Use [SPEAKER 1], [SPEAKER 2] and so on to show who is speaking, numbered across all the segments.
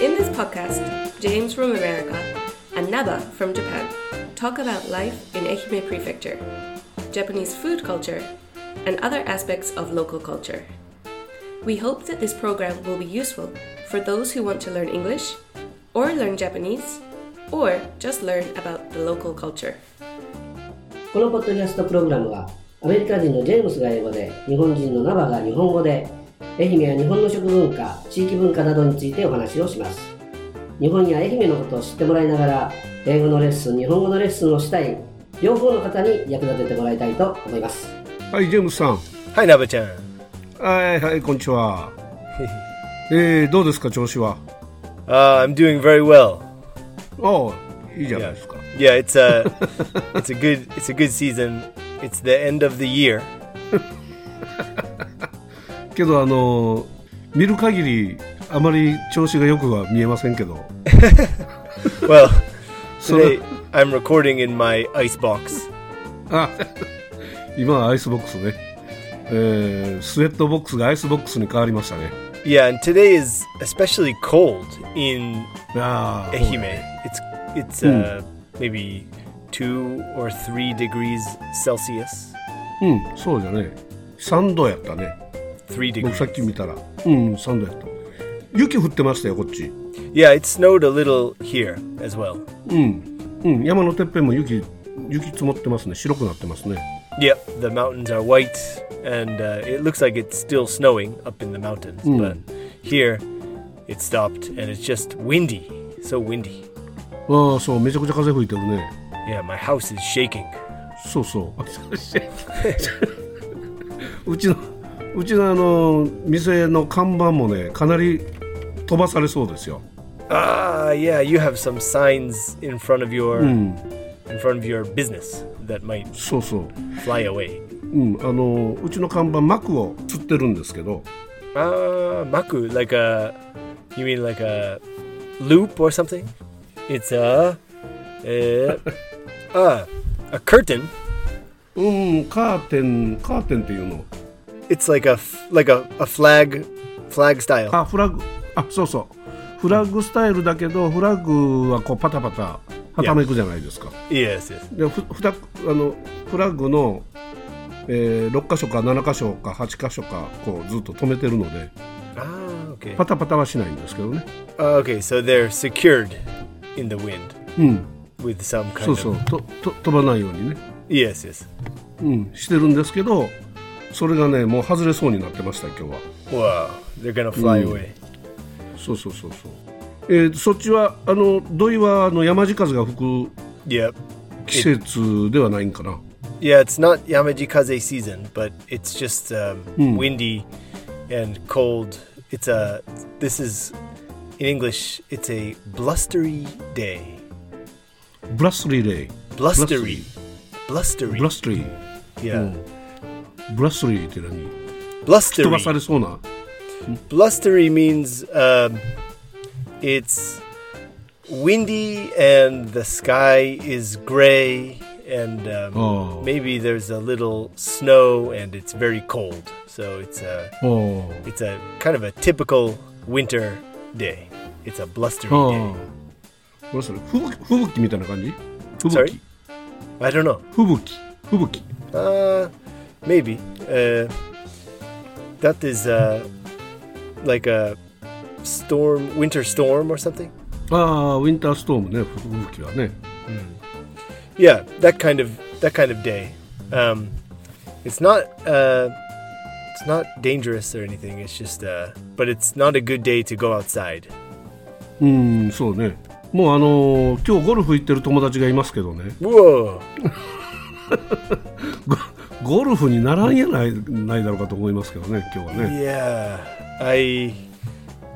[SPEAKER 1] In this podcast, James from America and Naba from Japan talk about life in Ehime Prefecture, Japanese food culture, and other aspects of local culture. We hope that this program will be useful for those who want to learn English, or learn Japanese, or just learn about the local culture.
[SPEAKER 2] このポッドキャストプログラムはアメリカ人のジェームスが英語で日本人のナバが日本語で愛媛や日本の食文化地域文化などについてお話をします日本や愛媛のことを知ってもらいながら英語のレッスン日本語のレッスンをしたい両方の方に役立ててもらいたいと思います
[SPEAKER 3] はい、ジェームスさん。
[SPEAKER 4] はい、なべちゃん。
[SPEAKER 3] はい、はい、こんにちは。えー、どうですか、調子は。
[SPEAKER 4] Uh, I'm doing very well.
[SPEAKER 3] ああ、いいじゃないですか。
[SPEAKER 4] Yeah, it's a it's a good it's a good season. It's the end of the year.
[SPEAKER 3] けど、あのー、見る限り、あまり調子がよくは見えませんけど。
[SPEAKER 4] Well,
[SPEAKER 3] そ れ、
[SPEAKER 4] today I'm recording in my ice box.
[SPEAKER 3] あ、今はアイスボックスね。えー、スウェットボックスがアイスボックスに変わりましたね。
[SPEAKER 4] Yeah, and today is especially cold in
[SPEAKER 3] ああ、
[SPEAKER 4] Ehime. It's it's uh, maybe two or three degrees Celsius.
[SPEAKER 3] うん、そうじゃね。3度やったね。
[SPEAKER 4] Three
[SPEAKER 3] 僕
[SPEAKER 4] degrees.
[SPEAKER 3] さっき見たら。うん、3度やった。雪降ってましたよ、こっち。
[SPEAKER 4] Yeah, it snowed a little here as well.
[SPEAKER 3] うん、うん、山のてっぺんも雪、雪積もってますね。白くなってますね。
[SPEAKER 4] Yep, the mountains are white, and uh, it looks like it's still snowing up in the mountains. But here, it stopped, and it's just windy. So windy.
[SPEAKER 3] ああそうめちゃくちゃ風吹いてるね
[SPEAKER 4] Yeah, my house is shaking.
[SPEAKER 3] そうそう うちのうちのあの店の看板もねかなり飛ばされそうですよ
[SPEAKER 4] Ah, yeah, you have some signs in front of your in front of your business that might
[SPEAKER 3] そうそう、
[SPEAKER 4] fly away.
[SPEAKER 3] うん、あのうちの看板幕を釣ってるんですけど
[SPEAKER 4] Ah, maku, like a you mean like a loop or something? It's a uh, uh, a curtain.
[SPEAKER 3] うんカーテンカーテンっていうの
[SPEAKER 4] It's like a f- like a, a flag flag style.
[SPEAKER 3] あフラッグあそうそうフラッグスタイルだけどフラッグはこうパタパタはためくじゃないですか
[SPEAKER 4] Yes, yes.
[SPEAKER 3] でふふたあのフラッグの、え6箇所か7箇所か8箇所かこうずっと止めてるので
[SPEAKER 4] Ah, okay.
[SPEAKER 3] パタパタはしないんですけどね
[SPEAKER 4] Ah, okay, so they're secured in the wind
[SPEAKER 3] うん
[SPEAKER 4] with some kind
[SPEAKER 3] そう
[SPEAKER 4] of.
[SPEAKER 3] そうとと飛ばないようにね、
[SPEAKER 4] Yes, yes.
[SPEAKER 3] うん、してるんですけどそれがねもう外れそうになってました今日は
[SPEAKER 4] Wow, they're gonna fly away.
[SPEAKER 3] そうそうそうそうえーそっちはあの土井はあの山地風が吹く
[SPEAKER 4] Yep.
[SPEAKER 3] 季節ではないんかな
[SPEAKER 4] Yeah, it's not Yamaji Kaze season, but it's just um, windy and cold. It's a. This is in English. It's a blustery day.
[SPEAKER 3] ブラスリーレイ
[SPEAKER 4] Blustery. Blustery.
[SPEAKER 3] ブラスリー
[SPEAKER 4] yeah.
[SPEAKER 3] ブラスリーって何飛ばさ
[SPEAKER 4] Blustery.
[SPEAKER 3] れそうな
[SPEAKER 4] Blustery means um, it's windy and the sky is gray and um,
[SPEAKER 3] Oh.
[SPEAKER 4] maybe there's a little snow and it's very cold. So it's a
[SPEAKER 3] おー
[SPEAKER 4] it's a kind of a typical winter day. It's a blustery
[SPEAKER 3] ああ
[SPEAKER 4] day.。
[SPEAKER 3] どうする吹雪吹雪みたいな感じ吹
[SPEAKER 4] Sorry,
[SPEAKER 3] 雪
[SPEAKER 4] I don't know.
[SPEAKER 3] 吹雪吹雪
[SPEAKER 4] Uh, maybe uh, that is uh, like a storm, winter storm or something.
[SPEAKER 3] ああ、ウィンターストームね、吹雪はね。
[SPEAKER 4] yeah that kind of that kind of day um it's not uh it's not dangerous or anything it's just uh but it's not a good day to go outside
[SPEAKER 3] うーん、そうね。もうあのー今日ゴルフ行ってる友達がいますけどね、
[SPEAKER 4] whoa
[SPEAKER 3] ゴルフにならんやないないだろうかと思いますけどね、今日はね。
[SPEAKER 4] yeah i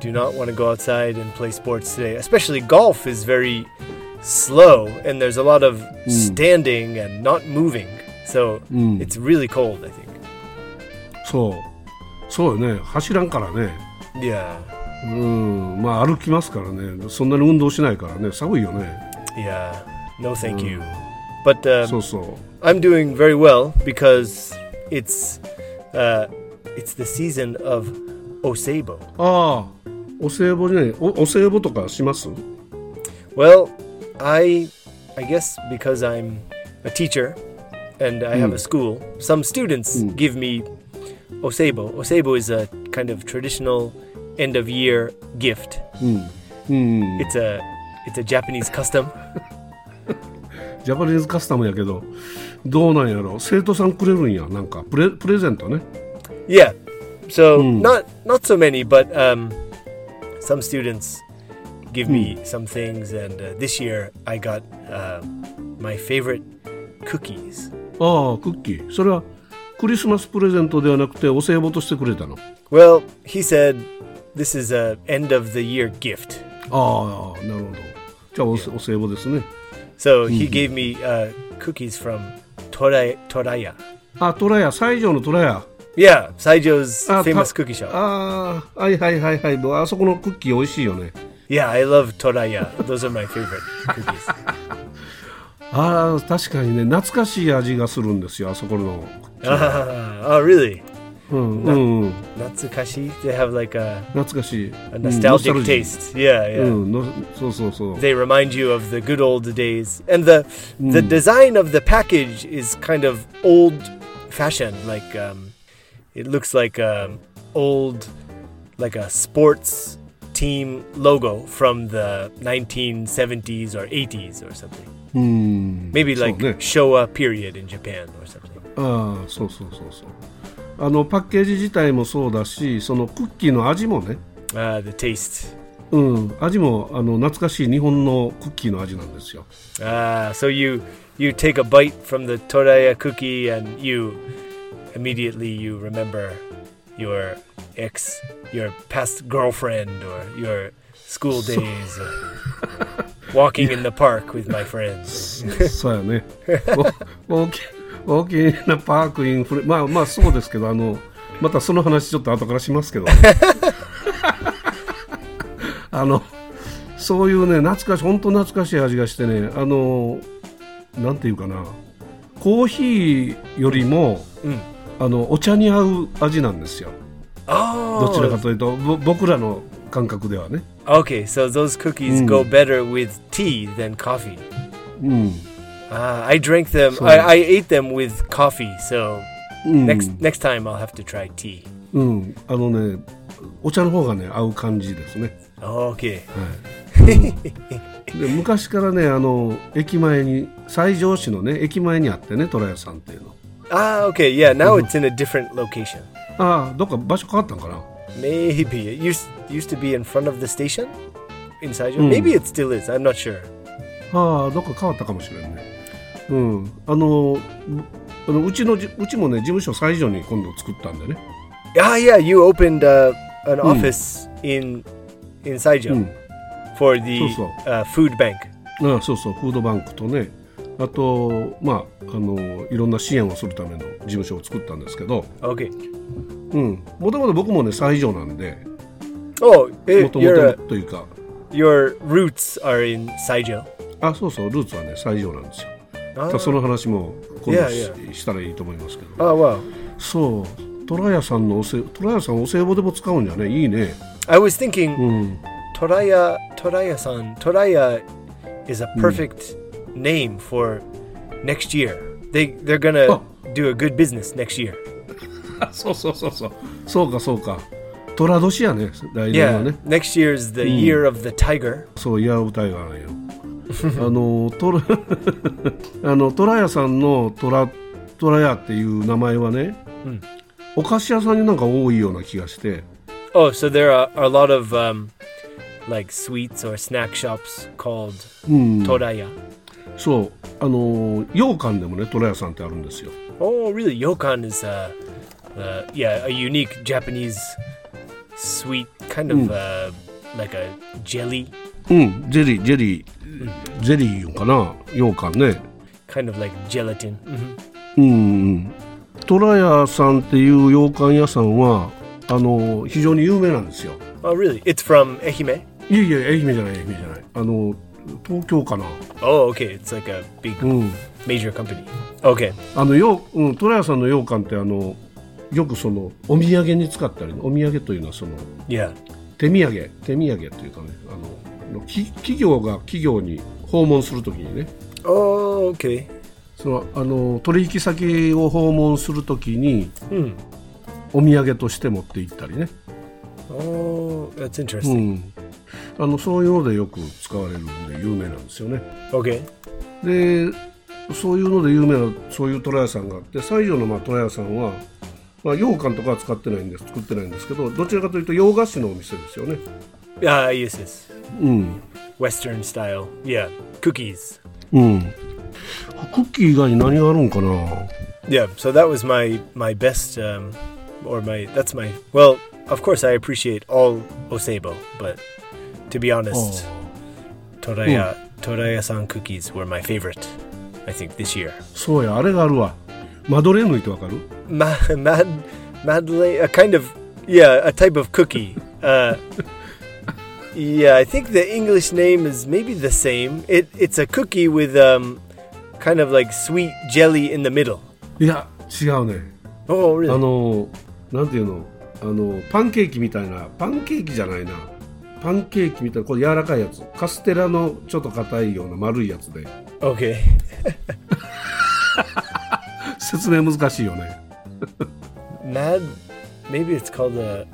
[SPEAKER 4] do not want to go outside and play sports today. Especially golf is very slow and there's a lot of standing and not moving. So it's really cold, I think.
[SPEAKER 3] そうそうよね走らんからね
[SPEAKER 4] Yeah.
[SPEAKER 3] うんまあ歩きますからねそんなに運動しないからね寒いよね
[SPEAKER 4] Yeah. No, thank you. But um,
[SPEAKER 3] そうそう
[SPEAKER 4] I'm doing very well because it's uh, it's the season of osebo.
[SPEAKER 3] ああお歳暮じゃないおお歳暮とかします
[SPEAKER 4] Well, I I guess because I'm a teacher and I have a school, some students give me osebo. Osebo is a kind of traditional end of year gift.
[SPEAKER 3] うん
[SPEAKER 4] It's a it's a Japanese custom.
[SPEAKER 3] ジャパニーズカスタムやけどどうなんやろ生徒さんくれるんやなんかプレプレゼントね
[SPEAKER 4] Yeah. So not not so many, but um, some students give me some things, and uh, this year I got uh, my favorite cookies.
[SPEAKER 3] ああクッキーそれはクリスマスプレゼントではなくてお歳暮としてくれたの
[SPEAKER 4] Well, he said this is a end of the year gift,
[SPEAKER 3] ああなるほどじゃあおせお歳暮ですね
[SPEAKER 4] so he gave me uh, cookies from Toray Toraya.
[SPEAKER 3] あトラヤ西条のトラヤ
[SPEAKER 4] Yeah, Saijo's
[SPEAKER 3] あ
[SPEAKER 4] famous
[SPEAKER 3] た
[SPEAKER 4] cookie shop.
[SPEAKER 3] ああはいはいはいはいあそこのクッキー美味しいよね
[SPEAKER 4] Yeah, I love Toraya. Those are my favorite cookies.
[SPEAKER 3] ああ確かにね懐かしい味がするんですよあそこの
[SPEAKER 4] Ah, oh, really?
[SPEAKER 3] うんうん、うん、
[SPEAKER 4] Natsukashi. They have like a
[SPEAKER 3] 懐かしい
[SPEAKER 4] a
[SPEAKER 3] うんノスタ
[SPEAKER 4] nostalgic
[SPEAKER 3] ルジー
[SPEAKER 4] taste. Yeah, yeah.
[SPEAKER 3] うんのそうそうそう
[SPEAKER 4] They remind you of the good old days, and the the design of the package is kind of old fashioned. Like um, it looks like um, old, like a sports team logo from the 1970s or 80s or something.
[SPEAKER 3] うん
[SPEAKER 4] Maybe
[SPEAKER 3] そう
[SPEAKER 4] like
[SPEAKER 3] ね
[SPEAKER 4] Showa period in Japan or something.
[SPEAKER 3] ああそうそうそうそうあのパッケージ自体もそうだしそのクッキーの味もね
[SPEAKER 4] Ah, the taste.
[SPEAKER 3] うん味もあの懐かしい日本のクッキーの味なんですよ
[SPEAKER 4] Ah, so you you take a bite from the toraya cookie and you immediately you remember your ex, your past girlfriend, or your school days, or walking in the park with my friends.
[SPEAKER 3] そうやねお大き大きなパークインフレまあまあそうですけどあのまたその話ちょっと後からしますけど あのそういうね懐かしい本当懐かしい味がしてねあのなんていうかなコーヒーよりも、あのお茶に合う味なんですよどちらか
[SPEAKER 4] Oh,
[SPEAKER 3] というとぼ僕らの感覚ではね
[SPEAKER 4] okay. So those cookies go better with tea than coffee.
[SPEAKER 3] うん
[SPEAKER 4] Ah, I drank them. I, I ate them with coffee. So
[SPEAKER 3] うん
[SPEAKER 4] next next time I'll have to try tea.
[SPEAKER 3] うんあのねお茶の方がね合う感じですね
[SPEAKER 4] Okay.
[SPEAKER 3] で昔からねあの駅前に西条市のね駅前にあってね虎屋さんっていうの
[SPEAKER 4] Ah, okay. Yeah. Now
[SPEAKER 3] Mm-hmm.
[SPEAKER 4] it's in a different location.
[SPEAKER 3] ああどっか場所変わったんかな
[SPEAKER 4] Maybe it used used to be in front of the station, inside. you
[SPEAKER 3] Mm.
[SPEAKER 4] Maybe it still is. I'm not sure.
[SPEAKER 3] ああどっか変わったかもしれんねうんあのぶあのうちのじうちもね事務所西条に今度作ったんでね
[SPEAKER 4] Ah, yeah. You opened uh, an
[SPEAKER 3] Mm.
[SPEAKER 4] office in in Saijo for the
[SPEAKER 3] So, so.
[SPEAKER 4] Uh, food bank.
[SPEAKER 3] ああそうそうフードバンクとねあとまああのいろんな支援をするための事務所を作ったんですけど
[SPEAKER 4] Okay.
[SPEAKER 3] うんもともと僕もね西条なんで
[SPEAKER 4] Oh, eh,
[SPEAKER 3] もとも
[SPEAKER 4] your
[SPEAKER 3] と
[SPEAKER 4] uh,
[SPEAKER 3] というか
[SPEAKER 4] your roots are in Saijo.
[SPEAKER 3] あそうそうルーツはね西条なんですよ
[SPEAKER 4] Ah,
[SPEAKER 3] ただその話も今
[SPEAKER 4] い
[SPEAKER 3] 度
[SPEAKER 4] や
[SPEAKER 3] し
[SPEAKER 4] いや
[SPEAKER 3] したらいいと思いますけど
[SPEAKER 4] oh wow.
[SPEAKER 3] そうトラヤさんのおせトラヤさんお歳暮でも使うんじゃねいいね
[SPEAKER 4] I was thinking
[SPEAKER 3] うん
[SPEAKER 4] Toraya Toraya-san. Toraya is a perfect name for next year. They they're gonna
[SPEAKER 3] Oh.
[SPEAKER 4] do a good business next year.
[SPEAKER 3] あそうそうそうそうそうかそうか虎年やね来年
[SPEAKER 4] Yeah,
[SPEAKER 3] はね
[SPEAKER 4] next year is the year of the tiger.
[SPEAKER 3] そうイヤーオブタイガーなんよ あのトラ あのトラヤさんのトラトラヤっていう名前はね、お菓子屋さんになんか多いような気がして
[SPEAKER 4] Oh, so there are, are a lot of um, like sweets or snack shops called Toraya.
[SPEAKER 3] そうあの羊羹でもねトラヤさんってあるんですよ
[SPEAKER 4] Oh, really? Yokan is uh, uh, yeah, a unique Japanese sweet kind of uh, like a jelly,
[SPEAKER 3] うん、ゼリー、ゼリー、ゼリーかな、羊羹ね。
[SPEAKER 4] kind of like gelatin. hmm
[SPEAKER 3] うん、虎屋さんっていう羊羹屋さんは、あの、非常に有名なんですよ。
[SPEAKER 4] Oh, really? It's from Ehime.
[SPEAKER 3] いやいや、愛媛じゃない、愛媛じゃない。あの、東京かな。
[SPEAKER 4] Oh, okay. It's like a big
[SPEAKER 3] うん。
[SPEAKER 4] major company. Okay.
[SPEAKER 3] あの、よう、うん、虎屋さんの羊羹って、あの、よくその、お土産に使ったり、お土産というのはその、
[SPEAKER 4] Yeah.
[SPEAKER 3] 手土産、手土産というかね、あの、き企業が企業に訪問するときにね、
[SPEAKER 4] Oh, okay.
[SPEAKER 3] その、あの、取引先を訪問するときに、
[SPEAKER 4] Hmm.
[SPEAKER 3] お土産として持って行ったりね。
[SPEAKER 4] Oh, that's
[SPEAKER 3] う
[SPEAKER 4] interesting.
[SPEAKER 3] ん、あのそういうのでよく使われるんで有名なんですよね
[SPEAKER 4] Okay.
[SPEAKER 3] でそういうので有名なそういう虎屋さんがあって西条のまあ虎屋さんは、まあ、羊羹とかは使ってないんです作ってないんですけどどちらかというと洋菓子のお店ですよね
[SPEAKER 4] Ah, yes, yes.
[SPEAKER 3] うん、
[SPEAKER 4] Western style. Yeah. Cookies.
[SPEAKER 3] うん、クッキー以外に何があるんかな
[SPEAKER 4] Yeah, so that was my my best, um, or my that's my well. Of course, I appreciate all Osebo, but to be honest,
[SPEAKER 3] Oh.
[SPEAKER 4] Toraya Toraya san cookies were my favorite. I think this year.
[SPEAKER 3] そうやあれがあるわマドレーヌってわかる
[SPEAKER 4] Ma- mad madeleine, a kind of yeah, a type of cookie. Uh, yeah, I think the English name is maybe the same. It it's a cookie with um, kind of like sweet jelly in the middle.
[SPEAKER 3] いや違うね
[SPEAKER 4] Oh,
[SPEAKER 3] あ
[SPEAKER 4] really?
[SPEAKER 3] のなんていうのあのパンケーキみたいなパンケーキじゃないなパンケーキみたいなこれ柔らかいやつカステラのちょっと硬いような丸いやつで
[SPEAKER 4] Okay.
[SPEAKER 3] 説明難しいよね
[SPEAKER 4] Mad, maybe it's called a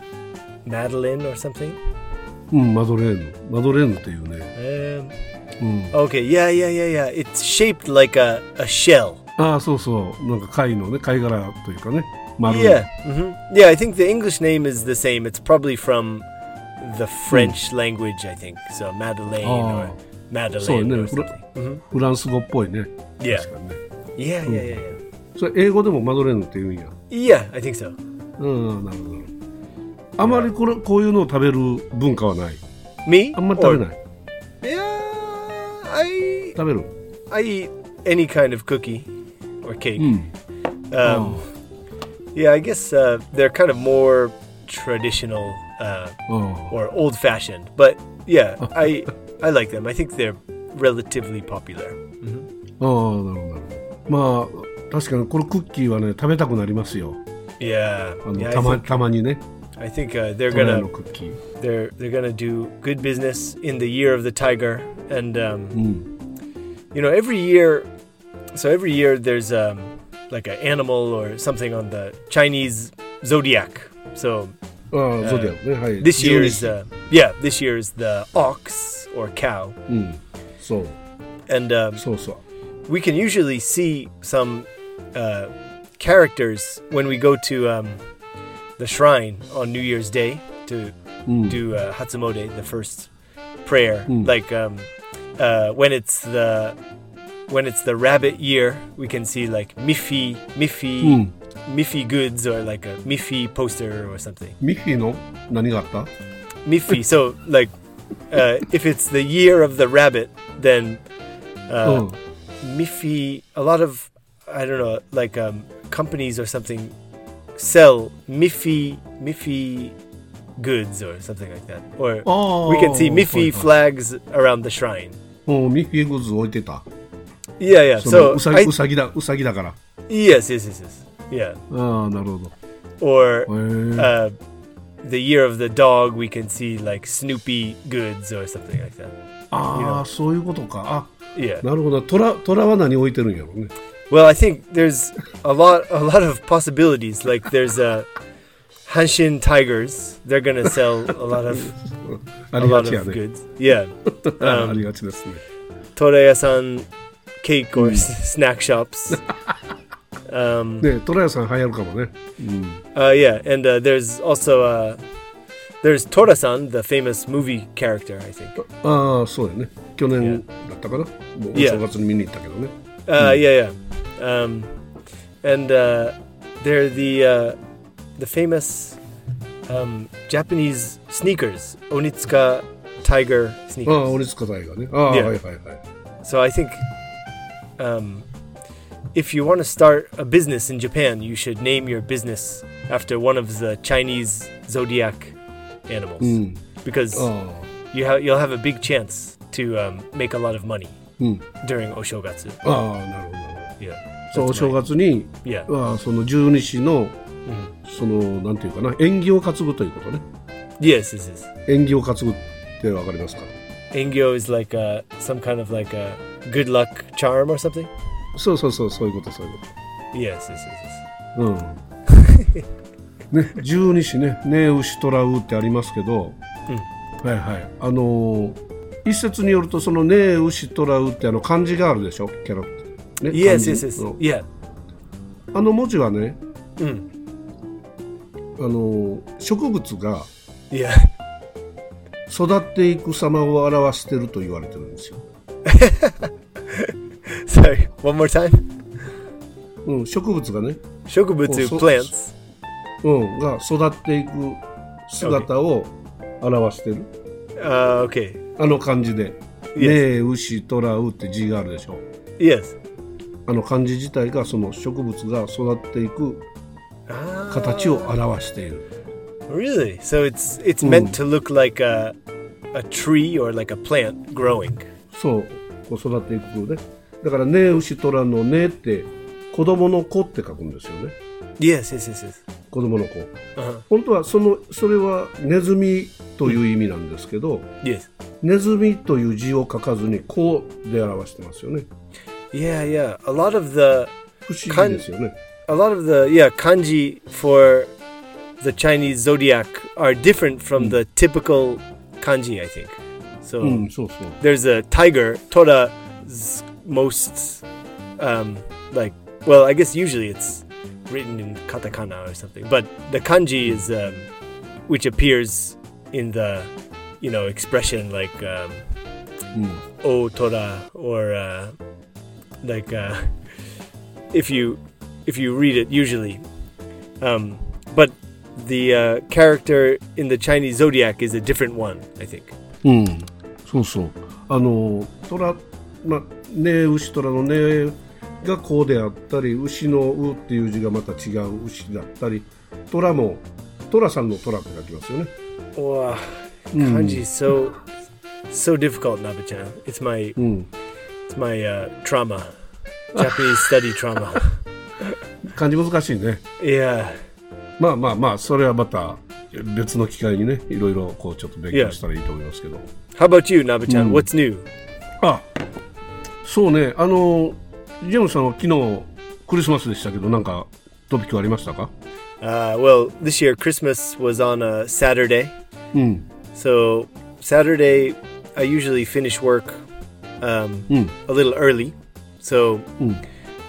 [SPEAKER 4] Madeline or something.
[SPEAKER 3] うんマドレーヌマドレーヌっていうね
[SPEAKER 4] Um,
[SPEAKER 3] うん
[SPEAKER 4] okay, yeah, yeah, yeah, yeah. It's shaped like a, a shell.
[SPEAKER 3] ああそうそうなんか貝のね貝殻というかね丸い
[SPEAKER 4] Yeah,
[SPEAKER 3] mm-hmm.
[SPEAKER 4] hmm yeah. I think the English name is the same. It's probably from the French language, I think. So Madeleine
[SPEAKER 3] Hmm. Oh.
[SPEAKER 4] or Madeleine
[SPEAKER 3] So,
[SPEAKER 4] or
[SPEAKER 3] no, fr-
[SPEAKER 4] something. hmm
[SPEAKER 3] フランス語っぽいね
[SPEAKER 4] Yeah.
[SPEAKER 3] 確かにね
[SPEAKER 4] yeah, yeah,
[SPEAKER 3] Hmm.
[SPEAKER 4] yeah, yeah.
[SPEAKER 3] それ英語でもマドレーヌって言うんや
[SPEAKER 4] Yeah, I think so.
[SPEAKER 3] うんなるほどなるほどあまりこれこういうのを食べる文化はない
[SPEAKER 4] Me?
[SPEAKER 3] あんまり
[SPEAKER 4] Or-
[SPEAKER 3] 食べない
[SPEAKER 4] Yeah, I
[SPEAKER 3] 食べる
[SPEAKER 4] I eat any kind of cookie or cake.
[SPEAKER 3] うん、Oh.
[SPEAKER 4] Um, Yeah, I guess uh, they're kind of more traditional uh,
[SPEAKER 3] ああ
[SPEAKER 4] or old-fashioned, but yeah, I I like them. I think they're relatively
[SPEAKER 3] あ
[SPEAKER 4] popular.
[SPEAKER 3] あなるほどなるほどまあ確かにこのクッキーはね食べたくなりますよ
[SPEAKER 4] Yeah,
[SPEAKER 3] あの
[SPEAKER 4] yeah
[SPEAKER 3] た
[SPEAKER 4] I
[SPEAKER 3] ま
[SPEAKER 4] think,
[SPEAKER 3] たまにね
[SPEAKER 4] I think uh, they're
[SPEAKER 3] この
[SPEAKER 4] gonna
[SPEAKER 3] クッキー
[SPEAKER 4] they're they're gonna do good business in the year of the tiger, and um,
[SPEAKER 3] うん、
[SPEAKER 4] you know every year, so every year there's um, like an animal or something on the Chinese zodiac. So
[SPEAKER 3] ああゾディアクねはい
[SPEAKER 4] this year
[SPEAKER 3] 12
[SPEAKER 4] is uh, yeah, this year is the ox or cow,
[SPEAKER 3] うんそう
[SPEAKER 4] and um,
[SPEAKER 3] そうそう
[SPEAKER 4] we can usually see some uh, characters when we go to um, the shrine on New Year's Day to
[SPEAKER 3] うん、
[SPEAKER 4] do uh, Hatsumode, the first prayer.
[SPEAKER 3] Mm.
[SPEAKER 4] Like um, uh, when it's the when it's the rabbit year, we can see like Miffy, Miffy,
[SPEAKER 3] うん、
[SPEAKER 4] Miffy goods or like a Miffy poster or something.
[SPEAKER 3] ミッフィーの何があった
[SPEAKER 4] Miffy. so like uh, if it's the year of the rabbit, then uh,
[SPEAKER 3] うん
[SPEAKER 4] Miffy, a lot of, I don't know, like um, companies or something sell Miffy, Miffy goods or something like that. Or
[SPEAKER 3] あ
[SPEAKER 4] we can see Miffy
[SPEAKER 3] フラ
[SPEAKER 4] flags around the shrine.
[SPEAKER 3] うんミッフィーグッズ置いてた
[SPEAKER 4] Yeah, yeah.
[SPEAKER 3] その
[SPEAKER 4] So,
[SPEAKER 3] うさ
[SPEAKER 4] I,
[SPEAKER 3] ぎうさぎだうさぎだから
[SPEAKER 4] yes, yes, yes, yes. Yeah.
[SPEAKER 3] ああなるほど
[SPEAKER 4] Or
[SPEAKER 3] へー
[SPEAKER 4] uh, the year of the dog, we can see like Snoopy goods or something like that.
[SPEAKER 3] ああそういうことか
[SPEAKER 4] Yeah.
[SPEAKER 3] あなるほど虎虎は何置いてるんやろうね
[SPEAKER 4] Well, I think there's a lot, a lot of possibilities. Like there's a Hanshin Tigers. They're gonna sell a lot of
[SPEAKER 3] あ
[SPEAKER 4] a
[SPEAKER 3] りが
[SPEAKER 4] lot
[SPEAKER 3] ちや
[SPEAKER 4] of
[SPEAKER 3] ね
[SPEAKER 4] goods. Yeah,
[SPEAKER 3] ありがちですね
[SPEAKER 4] Toreya-san cake or s- snack shops. Um,
[SPEAKER 3] ね虎屋さん流行るかもね
[SPEAKER 4] uh, yeah, and uh, there's also uh, there's Tora-san, the famous movie character. I think.
[SPEAKER 3] ああそうやね去年だったかな、もうお
[SPEAKER 4] Yeah.
[SPEAKER 3] 正月に見に行ったけどね
[SPEAKER 4] Uh, yeah, yeah, um, and uh, they're the uh, the famous um, Japanese sneakers, Onitsuka Tiger
[SPEAKER 3] あ
[SPEAKER 4] sneakers.
[SPEAKER 3] あ、俺使った映画ね。ああ、
[SPEAKER 4] Yeah.
[SPEAKER 3] はいはいはい。
[SPEAKER 4] So I think um, if you want to start a business in Japan, you should name your business after one of the Chinese zodiac animals
[SPEAKER 3] うん。
[SPEAKER 4] because
[SPEAKER 3] あ
[SPEAKER 4] you ha- you'll have a big chance to um, make a lot of money
[SPEAKER 3] あ、うん。
[SPEAKER 4] during Oshogatsu.
[SPEAKER 3] ああ、なるほどなるほ
[SPEAKER 4] Yeah.
[SPEAKER 3] ど。そう、お正
[SPEAKER 4] that's my-
[SPEAKER 3] 月に、
[SPEAKER 4] Yeah.
[SPEAKER 3] ああその十二支の、
[SPEAKER 4] Mhm.
[SPEAKER 3] その、なんていうかな、縁起を担ぐということね。
[SPEAKER 4] Yes, this is.
[SPEAKER 3] 縁起を担ぐってわかりますか
[SPEAKER 4] Engyo is like uh some kind of like a good luck charm or something.
[SPEAKER 3] そうそうそう、そういうこと、そういうこ
[SPEAKER 4] Yes, yes, yes. yes.
[SPEAKER 3] と。うん。ね、十二支ね、ね、牛とらうってありますけど、はいはい。あのー一説によると、そのね、牛とらうってあの漢字があるでしょ、キャラクター。ね、
[SPEAKER 4] Yes,
[SPEAKER 3] 漢
[SPEAKER 4] yes,
[SPEAKER 3] 字
[SPEAKER 4] yes.
[SPEAKER 3] の
[SPEAKER 4] Yeah.
[SPEAKER 3] あの文字はね、
[SPEAKER 4] Mm.
[SPEAKER 3] あの植物が
[SPEAKER 4] Yeah.
[SPEAKER 3] 育っていく様を表してると言われてるんですよ、
[SPEAKER 4] Sorry. One more time.
[SPEAKER 3] うん、植物がね、
[SPEAKER 4] Shokubutsu
[SPEAKER 3] so-
[SPEAKER 4] plants.
[SPEAKER 3] うん、が育っていく姿を表してる
[SPEAKER 4] Uh, okay.
[SPEAKER 3] あの漢字で「ね
[SPEAKER 4] Yes.
[SPEAKER 3] え牛とらう」って字があるでしょ
[SPEAKER 4] Yes.
[SPEAKER 3] あの漢字自体がその植物が育っていく
[SPEAKER 4] Ah,
[SPEAKER 3] 形を表している
[SPEAKER 4] really? So it's it's meant to look like a a tree or like a plant growing.
[SPEAKER 3] そうこう育っていくねだから「ねえ牛とらうの「ね」って子供の子って書くんですよね
[SPEAKER 4] Yes, yes, yes, yes.
[SPEAKER 3] 子供の子
[SPEAKER 4] Uh-huh.
[SPEAKER 3] 本当はそのそれはネズミという意味なんですけど、
[SPEAKER 4] Yes.
[SPEAKER 3] ネズミという字を書かずにこうで表してますよね
[SPEAKER 4] Yeah, yeah. A lot of the
[SPEAKER 3] 不思議ですよね
[SPEAKER 4] a lot of the yeah kanji for the Chinese zodiac are different from the typical kanji, I think. So
[SPEAKER 3] うんそうそう
[SPEAKER 4] there's a tiger. Tora's most um, like well, I guess usually it's written in katakana or something, but the kanji is um, which appears in the you know expression like um, o tora or uh, like uh, if you if you read it usually, um, but the uh, character in the Chinese zodiac is a different one, I think.
[SPEAKER 3] うんそうそうあの虎まあね牛虎のねがこうであったり牛のうっていう字がまた違う牛だったり虎も虎さんの虎って書きますよね
[SPEAKER 4] Wow, kanji is so so difficult, Nabe-chan. It's my
[SPEAKER 3] うん
[SPEAKER 4] it's my uh, trauma, Japanese study trauma.
[SPEAKER 3] 漢字難しいね
[SPEAKER 4] Yeah,
[SPEAKER 3] まあまあまあそれはまた別の機会にねいろいろこうちょっと勉強したらいいと思いますけど、
[SPEAKER 4] how about you, Nabe-chan? What's new?
[SPEAKER 3] あそうねあのジェームスさんは昨日クリスマスでしたけどなんかトピックありましたか
[SPEAKER 4] Uh, well, this year Christmas was on a Saturday,
[SPEAKER 3] うん、
[SPEAKER 4] so Saturday I usually finish work um,
[SPEAKER 3] Mm.
[SPEAKER 4] a little early. So
[SPEAKER 3] Mm.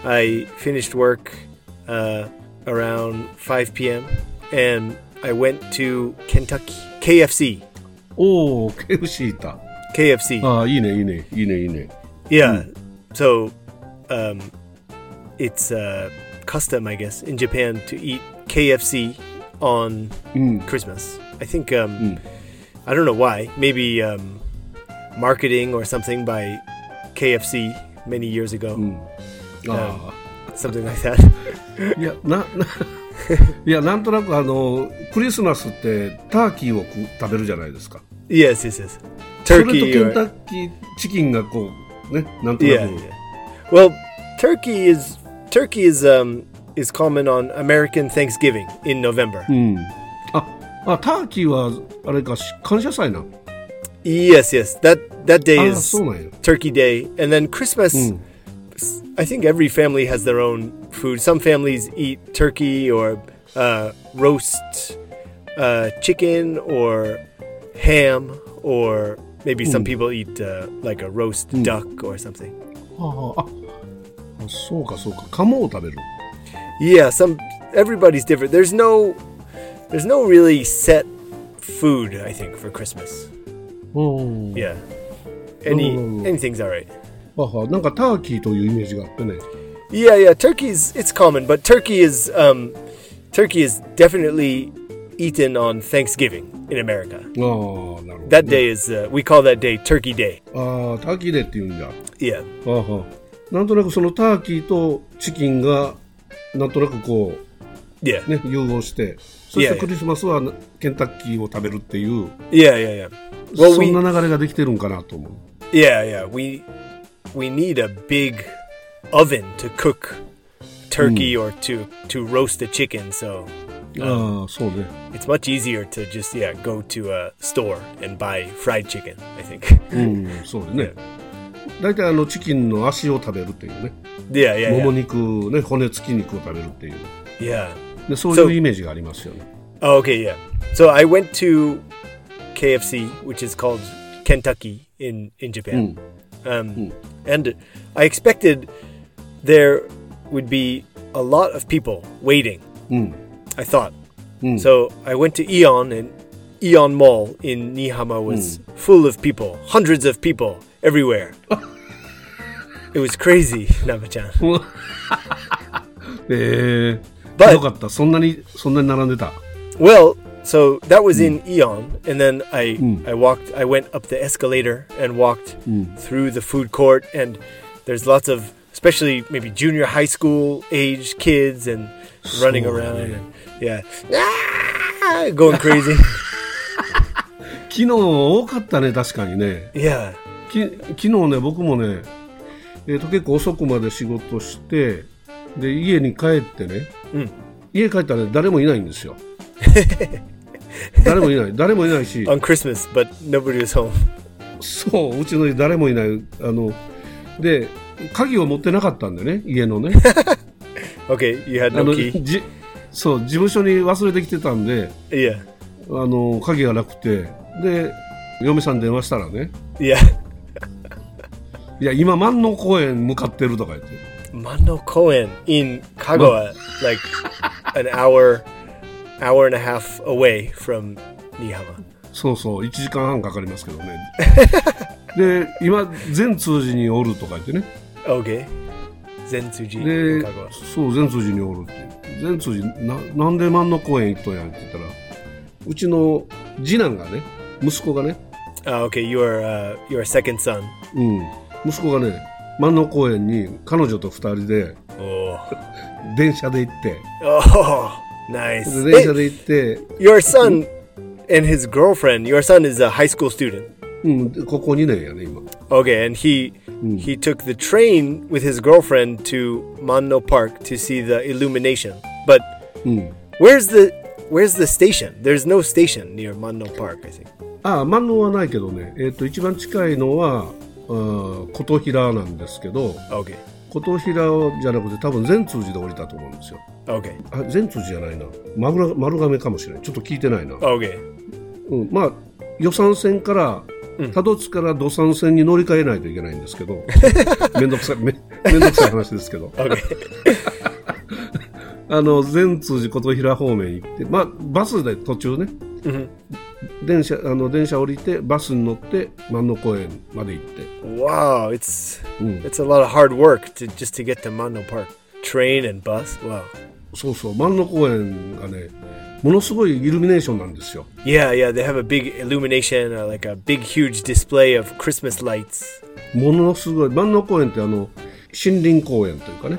[SPEAKER 4] I finished work uh, around 5 p.m. and I went to Kentucky KFC.
[SPEAKER 3] おおケフシータ
[SPEAKER 4] KFC.
[SPEAKER 3] ああいいねいいねいいねいいね
[SPEAKER 4] Yeah. So, um, it's uh, custom, I guess, in Japan to eat KFC on Christmas. I think um, I don't know why. Maybe um, marketing or something by KFC many years ago,
[SPEAKER 3] あ
[SPEAKER 4] something like that.
[SPEAKER 3] あいやなな いやなんとなくあのクリスマスってターキーを食う食べるじゃないですか
[SPEAKER 4] yes, yes, yes.
[SPEAKER 3] それ
[SPEAKER 4] Turkey
[SPEAKER 3] とケン
[SPEAKER 4] or
[SPEAKER 3] タッキーチキンがこうねなんとなく
[SPEAKER 4] yeah, yeah. Well, turkey is turkey is um, is common on American Thanksgiving in November.
[SPEAKER 3] うんああターキーはあれかし感謝祭なの
[SPEAKER 4] Yes, yes. That that day
[SPEAKER 3] ああ
[SPEAKER 4] is
[SPEAKER 3] そうなんや
[SPEAKER 4] Turkey Day, and then Christmas. s- I think every family has their own food. Some families eat turkey or uh, roast uh, chicken or ham, or maybe some people eat uh, like a roast duck or something.
[SPEAKER 3] ああああそうかそうか鴨を食べる
[SPEAKER 4] Yeah, some everybody's different. There's no there's no really set food. I think for Christmas.
[SPEAKER 3] うん
[SPEAKER 4] Yeah, any
[SPEAKER 3] Ooh.
[SPEAKER 4] anything's all right.
[SPEAKER 3] ははなんかターキーというイメージがあってね
[SPEAKER 4] Yeah, yeah. Turkey's it's common, but turkey is um, turkey is definitely eaten on Thanksgiving in America.
[SPEAKER 3] ああなるほど
[SPEAKER 4] That day is, uh, we call that day Turkey Day.
[SPEAKER 3] ああターキーでって言うんだ
[SPEAKER 4] Yeah.
[SPEAKER 3] ああはあなんとなくそのターキーとチキンがなんとなくこ
[SPEAKER 4] Yeah.
[SPEAKER 3] うね融合してそし
[SPEAKER 4] いやい
[SPEAKER 3] て
[SPEAKER 4] や
[SPEAKER 3] クリスマスはケンタッキーを食べるっていう
[SPEAKER 4] Yeah, yeah, yeah.
[SPEAKER 3] そ
[SPEAKER 4] Well,
[SPEAKER 3] ん
[SPEAKER 4] we,
[SPEAKER 3] な流れができてるんかなと思う
[SPEAKER 4] yeah, yeah. We, we need a big oven to cook turkey or to, to roast a chicken. So
[SPEAKER 3] ああそうね
[SPEAKER 4] it's much easier to just, yeah, go to a store and buy fried chicken, I think.
[SPEAKER 3] うんそうだね大体あのチキンの足を食べるっていうね
[SPEAKER 4] Yeah, yeah,
[SPEAKER 3] もも
[SPEAKER 4] yeah.
[SPEAKER 3] 肉ね骨付き肉を食べるっていう
[SPEAKER 4] Yeah.
[SPEAKER 3] でそう
[SPEAKER 4] そう
[SPEAKER 3] いうイメージがありますよね
[SPEAKER 4] Oh, okay, yeah. So I went to KFC, which is called Kentucky in in Japan, um, and I expected there would be a lot of people waiting.
[SPEAKER 3] Mm.
[SPEAKER 4] I thought. So I went to Eon and Eon Mall in Nihama was full of people, hundreds of people everywhere. it was crazy, Naba-chan.
[SPEAKER 3] ええ
[SPEAKER 4] But-
[SPEAKER 3] よかったそんなにそんなに並んでた
[SPEAKER 4] Well, so that was in Eon, and then I I walked I went up the escalator and walked through the food court, and there's lots of especially maybe junior high school age kids and running
[SPEAKER 3] Sure,
[SPEAKER 4] around,
[SPEAKER 3] yeah.
[SPEAKER 4] and, yeah, Ah, going crazy,
[SPEAKER 3] 昨日多かったね確かにね
[SPEAKER 4] yeah,
[SPEAKER 3] き昨日ね僕もね、えーと結構遅くまで仕事してで家に帰ってね、
[SPEAKER 4] うん
[SPEAKER 3] 家帰ったら、ね、誰もいないん ですよ誰もいない誰もいないし
[SPEAKER 4] on Christmas, but nobody was home.
[SPEAKER 3] そううちの家誰もいないあので鍵を持ってなかったんでね家 のね
[SPEAKER 4] Okay, you had
[SPEAKER 3] あ
[SPEAKER 4] no
[SPEAKER 3] の
[SPEAKER 4] key,
[SPEAKER 3] じそう事務所に忘れてきてたんで
[SPEAKER 4] yeah,
[SPEAKER 3] あの鍵がなくてで嫁さんに電話したらね
[SPEAKER 4] yeah.
[SPEAKER 3] いや今万能公園向かってるとか言って。
[SPEAKER 4] Mano Koen in Kagawa, like an hour, hour and a half away from Nihama.
[SPEAKER 3] そうそう、1時間半かかりますけどね。で、今、全通寺におるとか言ってね。
[SPEAKER 4] Okay. Zentsuji
[SPEAKER 3] で
[SPEAKER 4] in Kagawa.、
[SPEAKER 3] そう、全通寺におるって。全通寺、ななんで万能公園行っとんやんって言ったら、うちの次男がね、息子がね、
[SPEAKER 4] Ah, okay, you are uh, you are second son.
[SPEAKER 3] うん、息子がね、万能公園に彼女と二人で
[SPEAKER 4] Oh,
[SPEAKER 3] 電車で行って、
[SPEAKER 4] oh nice.
[SPEAKER 3] で電車
[SPEAKER 4] Hey,
[SPEAKER 3] で行って、
[SPEAKER 4] your son and his girlfriend. Your son is a high school student.
[SPEAKER 3] うん、でここ2年やね、今。
[SPEAKER 4] Okay, and he he took the train with his girlfriend to Manno Park to see the illumination. But where's the where's the station? There's no station near Manno Park, I think.
[SPEAKER 3] ああ、万能はないけどね、えっ、と、一番近いのは、ああ琴平なんですけど、
[SPEAKER 4] Okay.
[SPEAKER 3] 琴平じゃなくて多分善通寺で降りたと思うんですよ
[SPEAKER 4] Okay.
[SPEAKER 3] あ善通寺じゃないな丸が丸亀かもしれないちょっと聞いてないな、
[SPEAKER 4] Okay.
[SPEAKER 3] うん、まあ予算線から多度津から土産線に乗り換えないといけないんですけど めんどくさいめめんどくさい話ですけど
[SPEAKER 4] Okay.
[SPEAKER 3] あの善通寺琴平方面行ってまあバスで途中ね、電車あの電車降りてバスに乗って万能公園まで行って
[SPEAKER 4] Wow, it's it's a lot of hard work to just to get to Mondo Park. Train and bus. Wow.
[SPEAKER 3] そうそう万能公園がねものすごいイルミネーションなんですよ
[SPEAKER 4] Yeah, yeah, they have a big illumination, uh, like a big huge display of Christmas lights.
[SPEAKER 3] ものすごい万能公園ってあの森林公園というかね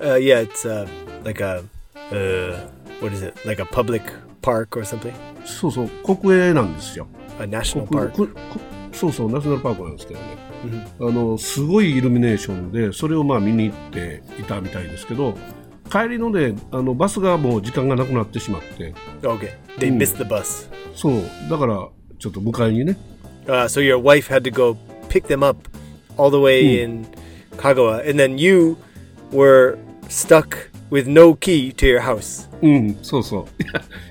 [SPEAKER 4] Uh, yeah, it's uh, like a uh, what is it? Like a public park or something?
[SPEAKER 3] そうそう国営なんですよ
[SPEAKER 4] A national
[SPEAKER 3] 国
[SPEAKER 4] park.
[SPEAKER 3] くくそうそうナショナルパークなんですけどね、あのすごいイルミネーションでそれをまあ見に行っていたみたいですけど帰りのねあのバスがもう時間がなくなってしまって
[SPEAKER 4] Okay. They missed the bus.
[SPEAKER 3] そうだからちょっと迎えにね
[SPEAKER 4] Uh, so your wife had to go pick them up all the way in Kagawa, and then you were stuck with no key to your house.
[SPEAKER 3] うんそうそう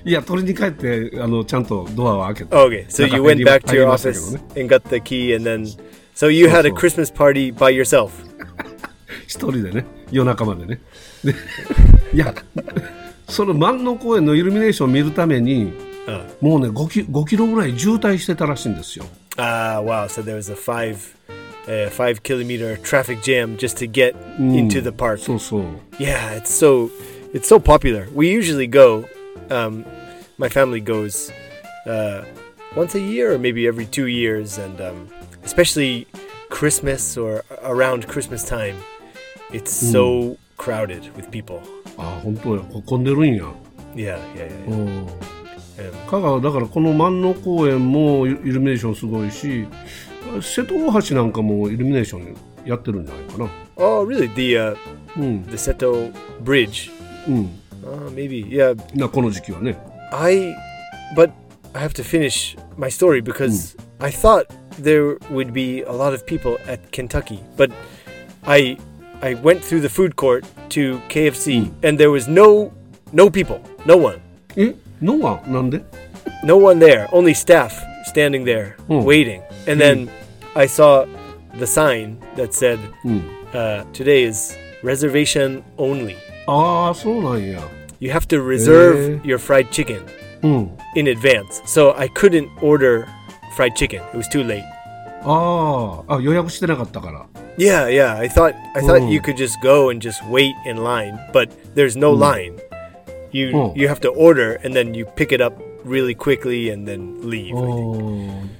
[SPEAKER 3] い やいや取りに帰ってあのちゃんとドアを開けて
[SPEAKER 4] Okay, so
[SPEAKER 3] 中
[SPEAKER 4] you
[SPEAKER 3] 入り
[SPEAKER 4] went back to your
[SPEAKER 3] 入りましたけど
[SPEAKER 4] office
[SPEAKER 3] ね
[SPEAKER 4] and got the key, and then so you had a
[SPEAKER 3] so-
[SPEAKER 4] Christmas party by yourself.
[SPEAKER 3] 一人でね夜中までねでいやその万能公園のイルミネーションを見るために
[SPEAKER 4] Uh,
[SPEAKER 3] もうね5キ ,5 キロぐらい渋滞してたらしいんですよ
[SPEAKER 4] ah, wow. So there was a five, uh, five kilometer traffic jam just to get into the park.
[SPEAKER 3] そうそう
[SPEAKER 4] Yeah, it's so it's so popular. We usually go. Um, my family goes uh, once a year or maybe every two years, and um, especially Christmas or around Christmas time, it's so crowded with people.
[SPEAKER 3] あ本当や混んでるんや
[SPEAKER 4] Yeah, yeah, yeah.
[SPEAKER 3] う
[SPEAKER 4] yeah.
[SPEAKER 3] ん
[SPEAKER 4] Um,
[SPEAKER 3] 香川だからこの万能公園もイイルミネーションすごいし瀬戸大橋なんかもイルミネーションやってるんじゃないかな
[SPEAKER 4] oh, really? The uh,
[SPEAKER 3] うん
[SPEAKER 4] the Seto Bridge?
[SPEAKER 3] うん
[SPEAKER 4] Uh, maybe. Yeah,
[SPEAKER 3] なこの時期はね
[SPEAKER 4] I, but I have to finish my story because
[SPEAKER 3] Hmm.
[SPEAKER 4] I thought there would be a lot of people at Kentucky, but I, I went through the food court to KFC
[SPEAKER 3] Hmm.
[SPEAKER 4] and there was no, no people, no one,
[SPEAKER 3] えノアなんで
[SPEAKER 4] no one there, only staff standing there
[SPEAKER 3] Hmm.
[SPEAKER 4] waiting. And then I saw the sign that said,
[SPEAKER 3] うん、
[SPEAKER 4] uh, "Today is reservation only.
[SPEAKER 3] ああそうなんや
[SPEAKER 4] You have to reserve
[SPEAKER 3] Eh.
[SPEAKER 4] your fried chicken."
[SPEAKER 3] うん、
[SPEAKER 4] in advance, so I couldn't order fried chicken. It was too late.
[SPEAKER 3] あーあ予約してなかったから
[SPEAKER 4] Yeah, yeah. I thought I thought
[SPEAKER 3] Mm.
[SPEAKER 4] you could just go and just wait in line, but there's no line. You
[SPEAKER 3] Mm.
[SPEAKER 4] you have to order and then you pick it up really quickly and then leave.
[SPEAKER 3] ああ
[SPEAKER 4] I think.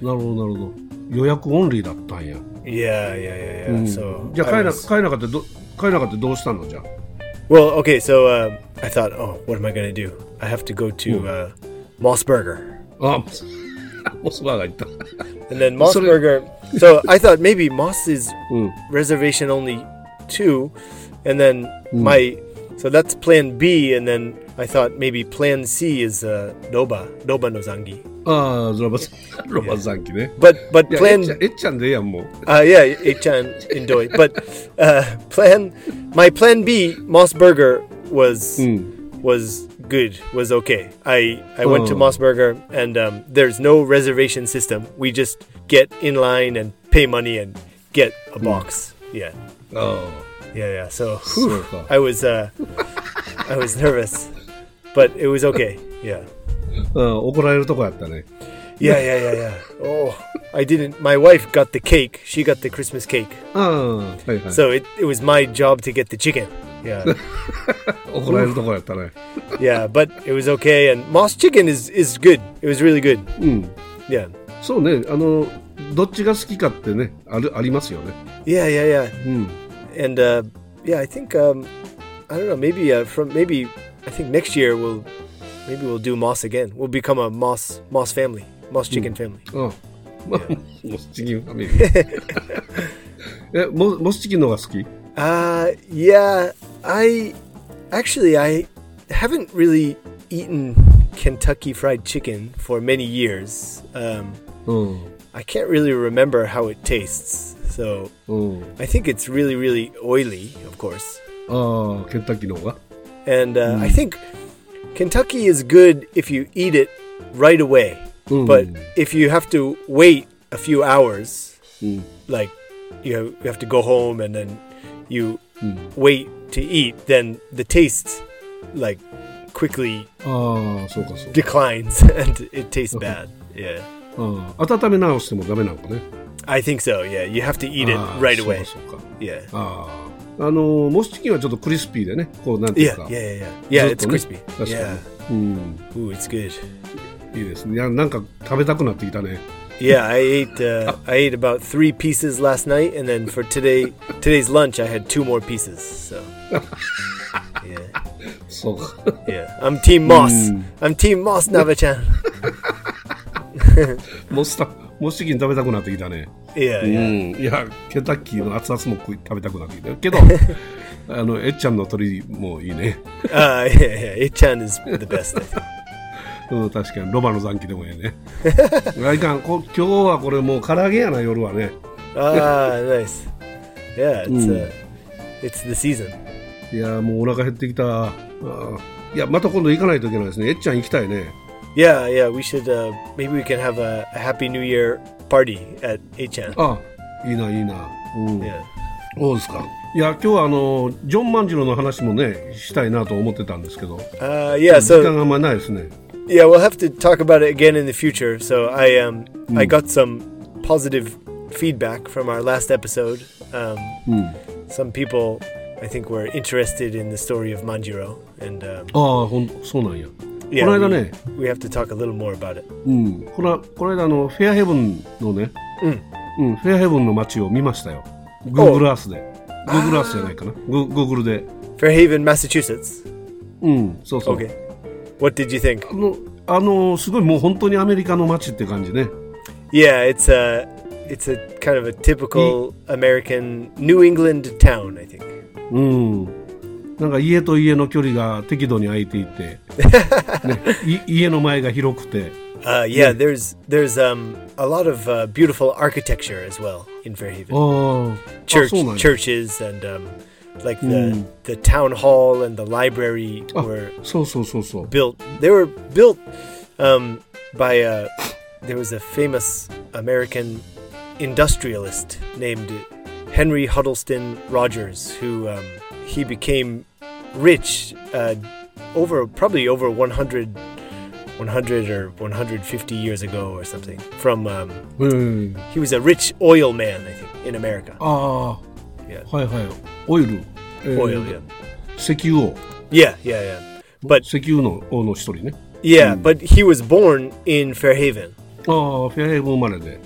[SPEAKER 3] なるほどなるほど予約オンリーだったんや、
[SPEAKER 4] Yeah, yeah, yeah, yeah.
[SPEAKER 3] うん
[SPEAKER 4] So
[SPEAKER 3] じゃあ
[SPEAKER 4] I
[SPEAKER 3] 帰ら
[SPEAKER 4] was-
[SPEAKER 3] 帰らなかったど帰らなかったどうしたのじゃあ
[SPEAKER 4] well, okay. So uh, I thought, oh, what am I gonna do? I have to go to uh, Moss Burger.
[SPEAKER 3] あ モスバーガー行った
[SPEAKER 4] And then Moss
[SPEAKER 3] So-
[SPEAKER 4] Burger. So I thought maybe Moss is
[SPEAKER 3] うん
[SPEAKER 4] reservation only two, and then my so that's plan B, and then I thought maybe plan C is uh, Doba Doba Nozangi,
[SPEAKER 3] ああそれはロバザンキね
[SPEAKER 4] but but
[SPEAKER 3] いやえ
[SPEAKER 4] plan
[SPEAKER 3] っちゃんえっちゃんでええやんもう
[SPEAKER 4] uh, yeah Echan enjoy, but uh, plan my plan B Moss Burger was
[SPEAKER 3] Hmm.
[SPEAKER 4] was good was okay. I I went to
[SPEAKER 3] Oh.
[SPEAKER 4] Moss Burger and um, there's no reservation system. We just get in line and pay money and get a
[SPEAKER 3] Hmm.
[SPEAKER 4] box. Yeah.
[SPEAKER 3] あ
[SPEAKER 4] Yeah, yeah. So,
[SPEAKER 3] So
[SPEAKER 4] whew,
[SPEAKER 3] far.
[SPEAKER 4] I was uh, I was nervous, but it was okay. Yeah,
[SPEAKER 3] あうん怒られるとこやったね
[SPEAKER 4] yeah, yeah, yeah, yeah. Oh, I didn't. My wife got the cake. She got the Christmas cake.
[SPEAKER 3] ああはいはい
[SPEAKER 4] So it, it was my job to get the chicken. Yeah,
[SPEAKER 3] 怒られるとこやったね
[SPEAKER 4] yeah. But it was okay. And Moss chicken is is good. It was really good.
[SPEAKER 3] うん
[SPEAKER 4] Yeah,
[SPEAKER 3] そうねあのどっちが好きかってねあるありますよね
[SPEAKER 4] yeah, yeah, yeah.
[SPEAKER 3] うん
[SPEAKER 4] And uh, yeah, I think um, I don't know. Maybe uh, from maybe I think next year we'll maybe we'll do Moss again. We'll become a Moss Moss family, Moss chicken family.
[SPEAKER 3] ああまあモスチキンファミリ ーえモモスチキンの方が好き
[SPEAKER 4] Uh, yeah, I actually I haven't really eaten Kentucky Fried Chicken for many years. Um,
[SPEAKER 3] うん。
[SPEAKER 4] I can't really remember how it tastes, so
[SPEAKER 3] うん。
[SPEAKER 4] I think it's really, really oily, of course.
[SPEAKER 3] ああ、ケンタッキーの方が。
[SPEAKER 4] And uh, I think Kentucky is good if you eat it right away, but
[SPEAKER 3] Mm.
[SPEAKER 4] if you have to wait a few hours,
[SPEAKER 3] うん。
[SPEAKER 4] like you have, you have to go home and then you wait to eat, then the taste like quickly
[SPEAKER 3] ああ、そうかそうか。
[SPEAKER 4] declines and it tastes bad. Yeah,
[SPEAKER 3] ああ温め直してもダメなのかね。
[SPEAKER 4] I think so. Yeah, you have to eat it
[SPEAKER 3] ああ
[SPEAKER 4] right away.
[SPEAKER 3] そうかそうか。
[SPEAKER 4] Yeah.
[SPEAKER 3] ああ。あのー、モスチキンはちょっとクリスピーでね、こうなんてい
[SPEAKER 4] Yeah,
[SPEAKER 3] う
[SPEAKER 4] yeah,
[SPEAKER 3] か。
[SPEAKER 4] yeah, yeah. Yeah,
[SPEAKER 3] ずっ
[SPEAKER 4] it's
[SPEAKER 3] とね
[SPEAKER 4] crispy.
[SPEAKER 3] 確か
[SPEAKER 4] Yeah. Hmm.
[SPEAKER 3] に。うん。
[SPEAKER 4] Ooh, it's good.
[SPEAKER 3] いいですね。いや、なんか食べたくなってきたね。
[SPEAKER 4] Yeah, I ate uh, I ate about 3 pieces last night and then for today today's lunch I had two more pieces. So Yeah.
[SPEAKER 3] そう か。
[SPEAKER 4] Yeah. I'm team Moss. I'm team Moss Navachan.
[SPEAKER 3] モスタ、モスチキン食べたくなってきたね。
[SPEAKER 4] Yeah,
[SPEAKER 3] う
[SPEAKER 4] yeah.
[SPEAKER 3] ん。いや、ケンタッキーの熱々も食い食べたくなってきた けど、あの、えっちゃんの鳥もいいね。
[SPEAKER 4] Uh, yeah, yeah. Ichan is the best. I think.
[SPEAKER 3] うん、確かにロバの残機でもええ ねいやいかんこ今日はこれもう唐揚げやな夜はね
[SPEAKER 4] Ah, nice. Yeah, it's uh, it's the season.
[SPEAKER 3] いやもうお腹減ってきたあーいやまた今度行かないといけないですねえっちゃん行きたいね
[SPEAKER 4] Yeah, yeah. We should uh, maybe we can have a, a Happy New Year party at Ichan.
[SPEAKER 3] あいいないいなうん
[SPEAKER 4] Yeah.
[SPEAKER 3] そうですかいや今日はあのジョン万次郎の話もねしたいなと思ってたんですけど
[SPEAKER 4] Uh, yeah.
[SPEAKER 3] 時間
[SPEAKER 4] So
[SPEAKER 3] があんまりないですね
[SPEAKER 4] yeah, we'll have to talk about it again in the future. So I um I got some positive feedback from our last episode. Um, Some people
[SPEAKER 3] Oh,
[SPEAKER 4] I think were interested in the story of Manjiro, and um,
[SPEAKER 3] ああほんそうなんや
[SPEAKER 4] Yeah,
[SPEAKER 3] この間
[SPEAKER 4] we-
[SPEAKER 3] ね、
[SPEAKER 4] we have to talk a little more about it.
[SPEAKER 3] うん、このこの間あのフェアヘブンのね、
[SPEAKER 4] うん
[SPEAKER 3] うん、フェアヘブンの街を見ましたよ Google Earth で Google Earth じゃないかな Goo- Google で
[SPEAKER 4] Fairhaven, Massachusetts.
[SPEAKER 3] うんそうそう、
[SPEAKER 4] Okay. What did you think?
[SPEAKER 3] このあのすごいもう本当にアメリカの街って感じね
[SPEAKER 4] Yeah, it's a it's a kind of a typical American New England town, I think.
[SPEAKER 3] うんなんか家と家の距離が適度に空いてい て、ね、い家の前が広くて
[SPEAKER 4] Uh, yeah, there's there's um a lot of uh, beautiful architecture as well in Fairhaven.
[SPEAKER 3] Oh, あああ
[SPEAKER 4] Church
[SPEAKER 3] そうなんや
[SPEAKER 4] churches and um like the the town hall and the library
[SPEAKER 3] あ
[SPEAKER 4] were
[SPEAKER 3] そうそうそうそう
[SPEAKER 4] built. They were built um, by a. There was a famous American industrialist named Henry Huddleston Rogers, who um, he became rich uh, over probably over 100, 100 or 150 years ago or something. From um,
[SPEAKER 3] うん
[SPEAKER 4] he was a rich oil man, I think, in America.
[SPEAKER 3] あ
[SPEAKER 4] や
[SPEAKER 3] あはいはいオイル、えー
[SPEAKER 4] Oil, yeah,
[SPEAKER 3] 石油王
[SPEAKER 4] yeah, yeah, yeah. But
[SPEAKER 3] 石油の王の一人ね
[SPEAKER 4] yeah, but he was born in Fairhaven.
[SPEAKER 3] ああ、フェアヘイブン生まれで。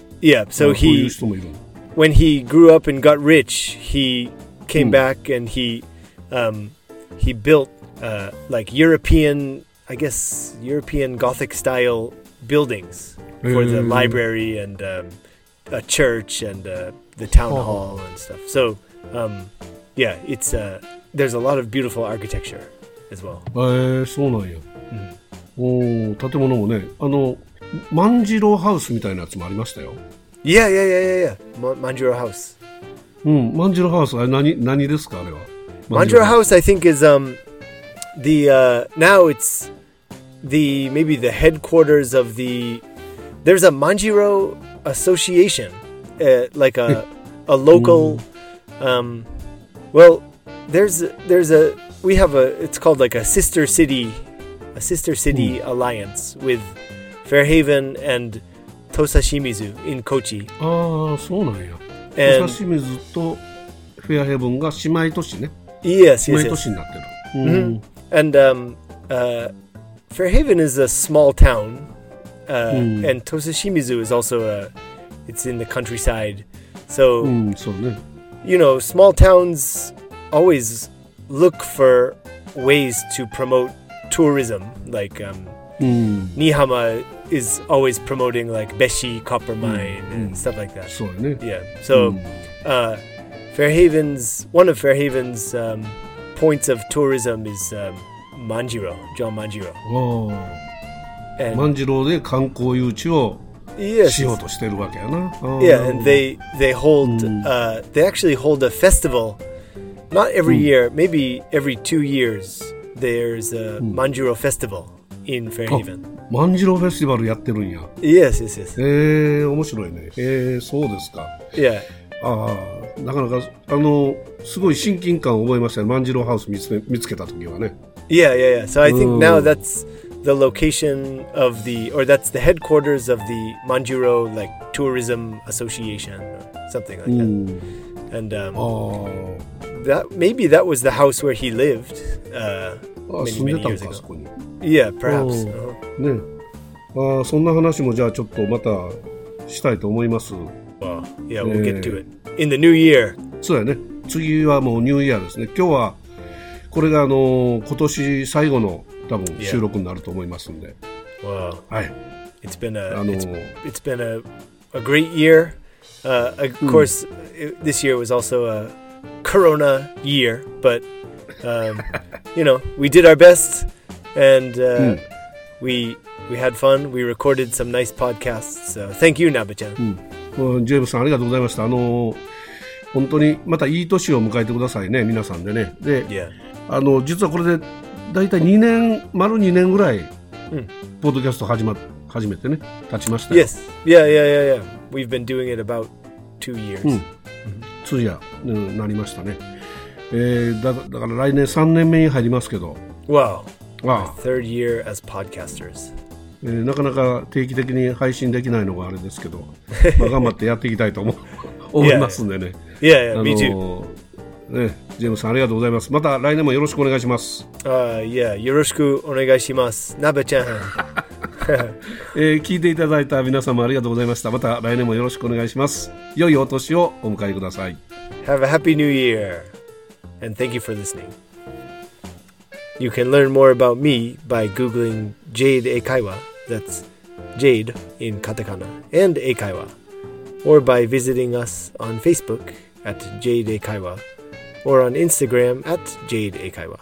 [SPEAKER 3] ま
[SPEAKER 4] Yeah, so
[SPEAKER 3] あそうい
[SPEAKER 4] he
[SPEAKER 3] う人もいる。
[SPEAKER 4] when he grew up and got rich, he
[SPEAKER 3] Hmm.
[SPEAKER 4] came back and he um, he built uh, like European, I guess European Gothic style buildings for the
[SPEAKER 3] Mm.
[SPEAKER 4] library and um, a church and uh, the town
[SPEAKER 3] Oh.
[SPEAKER 4] hall and stuff. So um, yeah, it's uh, there's a lot of beautiful architecture as well.
[SPEAKER 3] えー、そうなんや。おお、建物もね、あの、万次郎ハウスみたいなやつもありましたよ。
[SPEAKER 4] Yeah, yeah, yeah, yeah, yeah. Ma- Manjiro House.
[SPEAKER 3] うん、万次郎ハウス、あれ何、何ですか、あれは。
[SPEAKER 4] Manjaro House, I think, is um the uh, now it's the maybe the headquarters of the there's a Manjiro Association, uh, like a a local um well there's there's a we have a it's called like a sister city a sister city alliance with Fairhaven and Tosashimizu in Kochi
[SPEAKER 3] ああ、そうなんや。
[SPEAKER 4] and
[SPEAKER 3] 武蔵水とフェアヘイブンが姉妹都市ね。
[SPEAKER 4] yes
[SPEAKER 3] 姉
[SPEAKER 4] yes,
[SPEAKER 3] 妹都
[SPEAKER 4] yes.
[SPEAKER 3] 市になってる。うん。
[SPEAKER 4] And um, uh, Fairhaven is a small town, uh, and Tososhimizu is also a. It's in the countryside, so
[SPEAKER 3] うん、そうね。
[SPEAKER 4] you know small towns always look for ways to promote tourism. Like um,
[SPEAKER 3] うん、
[SPEAKER 4] Nihama is always promoting like Beshi copper mine and stuff like that.
[SPEAKER 3] そうやね。
[SPEAKER 4] Yeah. So, uh, Fairhaven's one of Fairhaven's um, points of tourism is um, Manjiro, John Manjiro,
[SPEAKER 3] あ
[SPEAKER 4] and
[SPEAKER 3] あ、万次郎で観光誘致を
[SPEAKER 4] yes,
[SPEAKER 3] しようとしてるわけやな。あー
[SPEAKER 4] yeah, and they they hold uh, they actually hold a festival, not every year, maybe every two years. There's a Manjiro festival in Fairhaven.
[SPEAKER 3] 万次郎フェスティバルやってるんや。
[SPEAKER 4] Yes, yes, yes.
[SPEAKER 3] ええ面白いね。ええそうですか。
[SPEAKER 4] Yeah,
[SPEAKER 3] ああ、なかなか、あの、すごい親近感を覚えましたね。万次郎ハウス見つけ見つけた時はね。
[SPEAKER 4] yeah, yeah, yeah. So I think now
[SPEAKER 3] Ooh.
[SPEAKER 4] that's the location of the, or that's the headquarters of the Manjuro like tourism association or something like
[SPEAKER 3] うん。
[SPEAKER 4] that. And
[SPEAKER 3] あ
[SPEAKER 4] um,
[SPEAKER 3] あ
[SPEAKER 4] that maybe that was the house where he lived. Uh,
[SPEAKER 3] あ、
[SPEAKER 4] many,
[SPEAKER 3] 住んで
[SPEAKER 4] many
[SPEAKER 3] たん
[SPEAKER 4] years
[SPEAKER 3] か、そ
[SPEAKER 4] ago.
[SPEAKER 3] こに。ね。
[SPEAKER 4] Yeah, perhaps.
[SPEAKER 3] Oh.
[SPEAKER 4] Uh-huh.
[SPEAKER 3] ああ、そんな話もじゃあちょっとまたしたいと思います。
[SPEAKER 4] Well, yeah, we'll get to
[SPEAKER 3] Yeah.
[SPEAKER 4] it in the new year.
[SPEAKER 3] そうやね。次はもうニューイヤーですね。今日は、これがあの、今年最後の多分
[SPEAKER 4] Yeah.
[SPEAKER 3] 収録になると思いますんで。
[SPEAKER 4] Wow,
[SPEAKER 3] はい。
[SPEAKER 4] it's been a
[SPEAKER 3] あの
[SPEAKER 4] it's, it's been a, a great year. Uh, of course, it, this year was also a Corona year, but um, you know we did our best, and uh, we we had fun. We recorded some nice podcasts. So thank you, Nabachan.
[SPEAKER 3] うんジェームスさんありがとうございました。あのー本当にまたいい年を迎えてくださいね、皆さんでね。で、
[SPEAKER 4] Yeah,
[SPEAKER 3] あの実はこれで大体2年、丸2年ぐらい、
[SPEAKER 4] うん
[SPEAKER 3] ポッドキャスト始ま始めてね、経ちましたよ。
[SPEAKER 4] yes, yeah, yeah, yeah, yeah. We've been doing it about two years.
[SPEAKER 3] うん通夜、うん、なりましたね。えーだだから来年3年目に入りますけど、
[SPEAKER 4] Wow,
[SPEAKER 3] ああ
[SPEAKER 4] third year as podcasters.
[SPEAKER 3] えーなかなか定期的に配信できないのがあれですけど、まあ、頑張ってやっていきたいと思う思いますんでね。
[SPEAKER 4] Yeah, yeah,
[SPEAKER 3] あの
[SPEAKER 4] me too.
[SPEAKER 3] ーね、ジェームスさんありがとうございます。また来年もよろしくお願いします。
[SPEAKER 4] Uh, yeah, yoroshiku onegaishimasu. Naba-chan.
[SPEAKER 3] えー聞いていただいた皆様ありがとうございました。また来年もよろしくお願いします。良いお年をお迎えください。
[SPEAKER 4] Have a happy new year. And thank you for listening. You can learn more about me by googling Jade Eikaiwa, that's Jade in katakana, and Eikaiwa, or by visiting us on Facebook at Jade Eikaiwa, or on Instagram at Jade Eikaiwa.